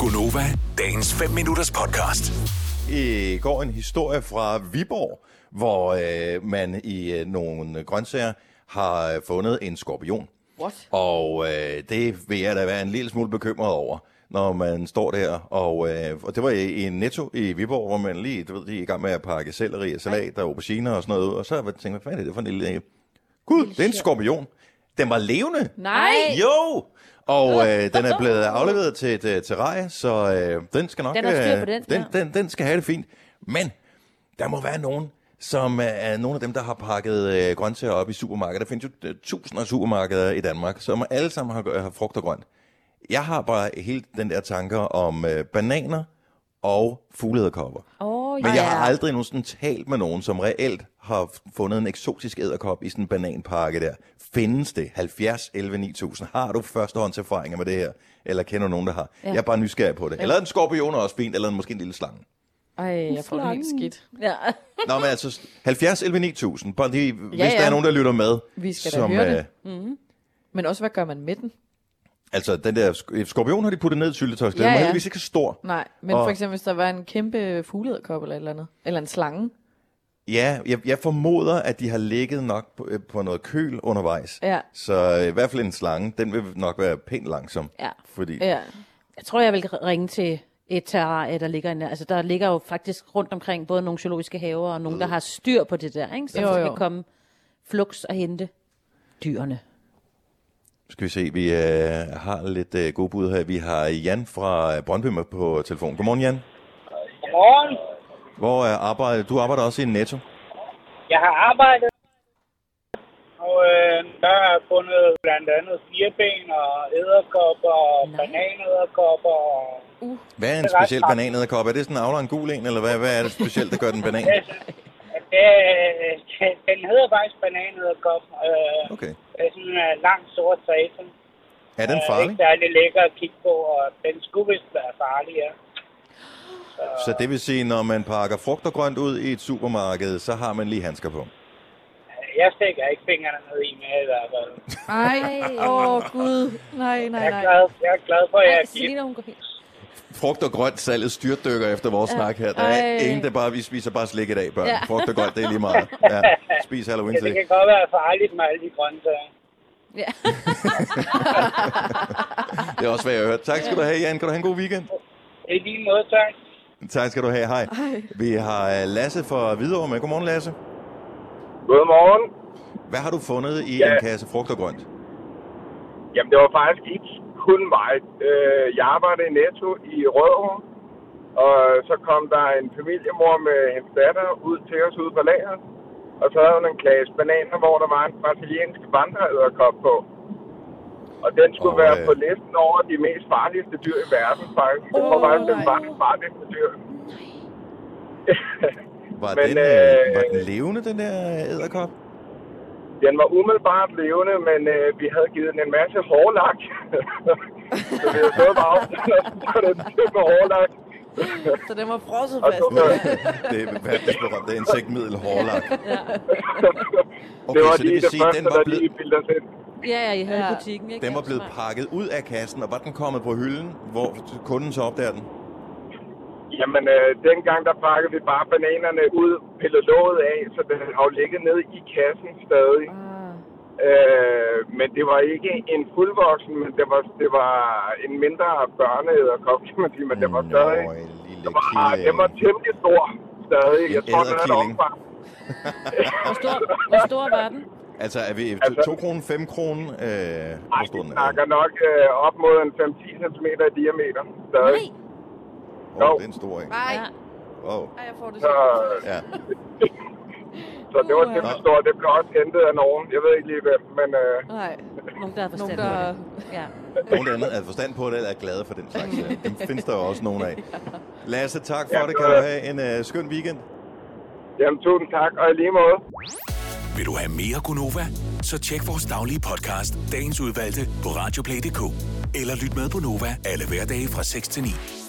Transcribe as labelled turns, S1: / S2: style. S1: Gunova, dagens 5 minutters podcast.
S2: i går en historie fra Viborg, hvor øh, man i øh, nogle grøntsager har øh, fundet en skorpion.
S3: What?
S2: Og øh, det vil jeg da være en lille smule bekymret over, når man står der. Og, øh, og det var i, i en netto i Viborg, hvor man lige, du ved, lige er i gang med at pakke selleri og salat og auberginer og sådan noget. ud. Og så har jeg tænkt, hvad fanden er det for en lille... Gud, det er en skorpion. Den var levende.
S3: Nej,
S2: Jo! Og øh, den er blevet afleveret til et øh, terrarie, så øh, den skal nok...
S3: Den har styr
S2: øh,
S3: på den,
S2: den,
S3: ja.
S2: den, den skal have det fint. Men der må være nogen, som øh, er nogle af dem, der har pakket øh, grøntsager op i supermarkedet. Der findes jo øh, tusinder af supermarkeder i Danmark, som alle sammen har, har frugt og grønt. Jeg har bare helt den der tanker om øh, bananer og fuglederkopper.
S3: Åh,
S2: Men
S3: ja.
S2: jeg har aldrig nogensinde talt med nogen, som reelt har f- fundet en eksotisk æderkop i sådan en bananpakke der. Findes det? 70, 11, 9000. Har du førstehåndserfaringer med det her? Eller kender du nogen, der har? Ja. Jeg er bare nysgerrig på det. Eller en skorpion er også fint, eller en, måske en lille slange.
S3: Ej, jeg får det helt
S4: Slangen.
S3: skidt.
S4: Ja.
S2: Nå, men altså, s- 70, 11, 9000. Bare lige, hvis ja,
S3: ja.
S2: ja. der er nogen, der lytter med. øh,
S3: Vi skal da høre det. Men også, hvad gør man med den?
S2: Altså, den der sk- skorpion har de puttet ned i syltetøjsklæden.
S3: Ja,
S2: Den var
S3: ja.
S2: heldigvis ikke så stor.
S3: Nej, men
S2: Og-
S3: for eksempel, hvis der var en kæmpe fuglederkop eller et eller andet, eller en slange.
S2: Ja, jeg, jeg formoder, at de har ligget nok på, øh, på noget køl undervejs.
S3: Ja.
S2: Så øh, i hvert fald en slange, den vil nok være pænt langsom.
S4: Ja.
S2: Fordi,
S3: Ja.
S4: Jeg tror, jeg vil ringe til et terrarie, der ligger en, altså der ligger jo faktisk rundt omkring både nogle zoologiske haver og nogen, der har styr på det der, ikke? Så
S3: Jo,
S4: jo,
S3: jo.
S4: skal komme flux og hente dyrene.
S2: skal vi se, vi øh, har lidt øh, gode bud her. Vi har Jan fra øh, Brøndby med på telefon. Godmorgen, Jan.
S5: Godmorgen.
S2: Hvor øh, arbejder du? arbejder også i Netto.
S5: Jeg har arbejdet, og øh, der har jeg fundet blandt andet firben og æderkopper og
S4: Nej.
S5: bananæderkopper. og-
S2: Hvad er en
S5: Det er ret
S2: speciel
S5: smart.
S2: bananæderkop? Er det sådan en avler en gul en, eller hvad, hvad er det specielt, der gør den banan?
S5: Altså, det- øh, Den hedder faktisk bananæderkop. Øh,
S2: Okay.
S5: Det er sådan en øh, lang sort satan.
S2: Er den
S5: Øh,
S2: farlig?
S5: Ikke særlig lækker at kigge på, og den skulle vist være farlig, ja.
S2: Så det vil sige, når man pakker frugt og grønt ud i et supermarked, så har man lige handsker på.
S5: Jeg stikker ikke fingrene ned i med i hvert fald.
S3: Ej, åh oh, gud. Nej,
S5: Jeg
S3: nej,
S5: er
S3: nej.
S5: glad, jeg er glad for, at jeg er gift.
S4: Selina, hun går helt...
S2: Frugt og grønt salget styrtdykker efter vores snak her. Der er
S3: Ej.
S2: ingen, der bare, vi spiser bare slik i dag, børn.
S4: Ja.
S2: Frugt og grønt, det er lige meget. Ja. Spis halloween
S5: Det
S2: slik.
S5: kan godt være farligt med alle de grøntsager.
S4: Ja.
S2: Det er også, hvad jeg har hørt. Tak skal du have, Jan. Kan du have en god weekend?
S5: I din måde, tak.
S2: Tak skal du have. Hej. Vi har øh, Lasse fra Hvidovre med. Godmorgen, Lasse.
S6: Godmorgen.
S2: Hvad har du fundet i
S6: Ja.
S2: en kasse frugt og grønt?
S6: Jamen, det var faktisk ikke kun mig. Øh, Jeg arbejder i Netto i Rødovre, og så kom der en familiemor med hendes datter ud til os ude på lageret, og så havde hun en klasse bananer, hvor der var en brasiliansk vandreæderkop på. Og den skulle
S2: Og,
S6: være
S2: øh,
S6: på listen over de mest farligste dyr i verden, faktisk. Jeg tror
S3: Åh,
S6: faktisk, den
S3: nej.
S6: var den farligste dyr.
S2: Var,
S6: Men,
S2: den, øh,
S6: øh,
S2: var den levende, den der øh, æderkop?
S6: Den var umiddelbart levende, men øh, vi havde givet den en masse hårlak. så vi havde stået bare afstand, så den blev med hårlak.
S3: Så den var frosset
S6: Og
S3: fast.
S6: så, øh,
S2: Det er verdens berømte insektmiddel hårlak.
S6: det var
S2: Okay, så det
S6: lige
S2: vil
S6: det,
S2: sige,
S6: første,
S2: den var
S6: der
S2: blevet,
S6: lige bildte os ind.
S4: ja, ja, I havde
S3: Ja.
S4: ja. butikken, ikke?
S2: den var
S4: Ja,
S2: blevet
S4: smart.
S2: pakket ud af kassen, og var den kommet på hylden, hvor kunden så opdager den?
S6: Jamen, øh, dengang der pakkede vi bare bananerne ud, pillede låget af, så den har jo ligget ned i kassen stadig.
S3: Ah.
S6: Øh, men det var ikke en fuldvoksen, men det var, det var en mindre børneæderkop, kan man sige, men den var stadig...
S2: Mm, Nå, en lille
S6: Den var, den var
S2: killing.
S6: temmelig stor stadig.
S2: En
S6: Jeg tror, den er et
S2: æderkilling.
S6: omfang.
S4: Hvor stor, hvor stor var den?
S2: Altså, er vi
S6: Altså-
S2: 2 kroner, 5 kroner? Øh, hvor
S6: Ej,
S2: stor
S6: vi
S2: den er?
S6: snakker nok øh, op mod en 5-10 cm i diameter stadig.
S4: Nej.
S2: Åh, oh, det er en stor en.
S3: Ej,
S4: Ja.
S2: Åh, oh,
S3: ej, jeg får det
S6: Så,
S3: så.
S2: ja.
S6: så det var temmelig
S2: Nå.
S6: stort. Det blev også hentet af nogen. Jeg ved ikke lige hvem, men øh,
S3: Nej,
S4: Nogen, der har
S3: nogen
S4: forstand
S3: der...
S4: på det. Ja.
S2: Nogen der andet er forstand på det, eller er glade for den slags. Ja. Dem findes der jo også nogen af. Lasse, tak for
S6: Ja,
S2: det.
S6: det
S2: Kan
S6: var
S2: du
S6: det.
S2: have en uh, skøn weekend?
S6: jamen tusind tak, og i lige måde.
S1: Vil du have mere Gunova? Så tjek vores daglige podcast, dagens udvalgte, på radioplay.dk. Eller lyt med på Nova alle hverdage fra 6 til 9.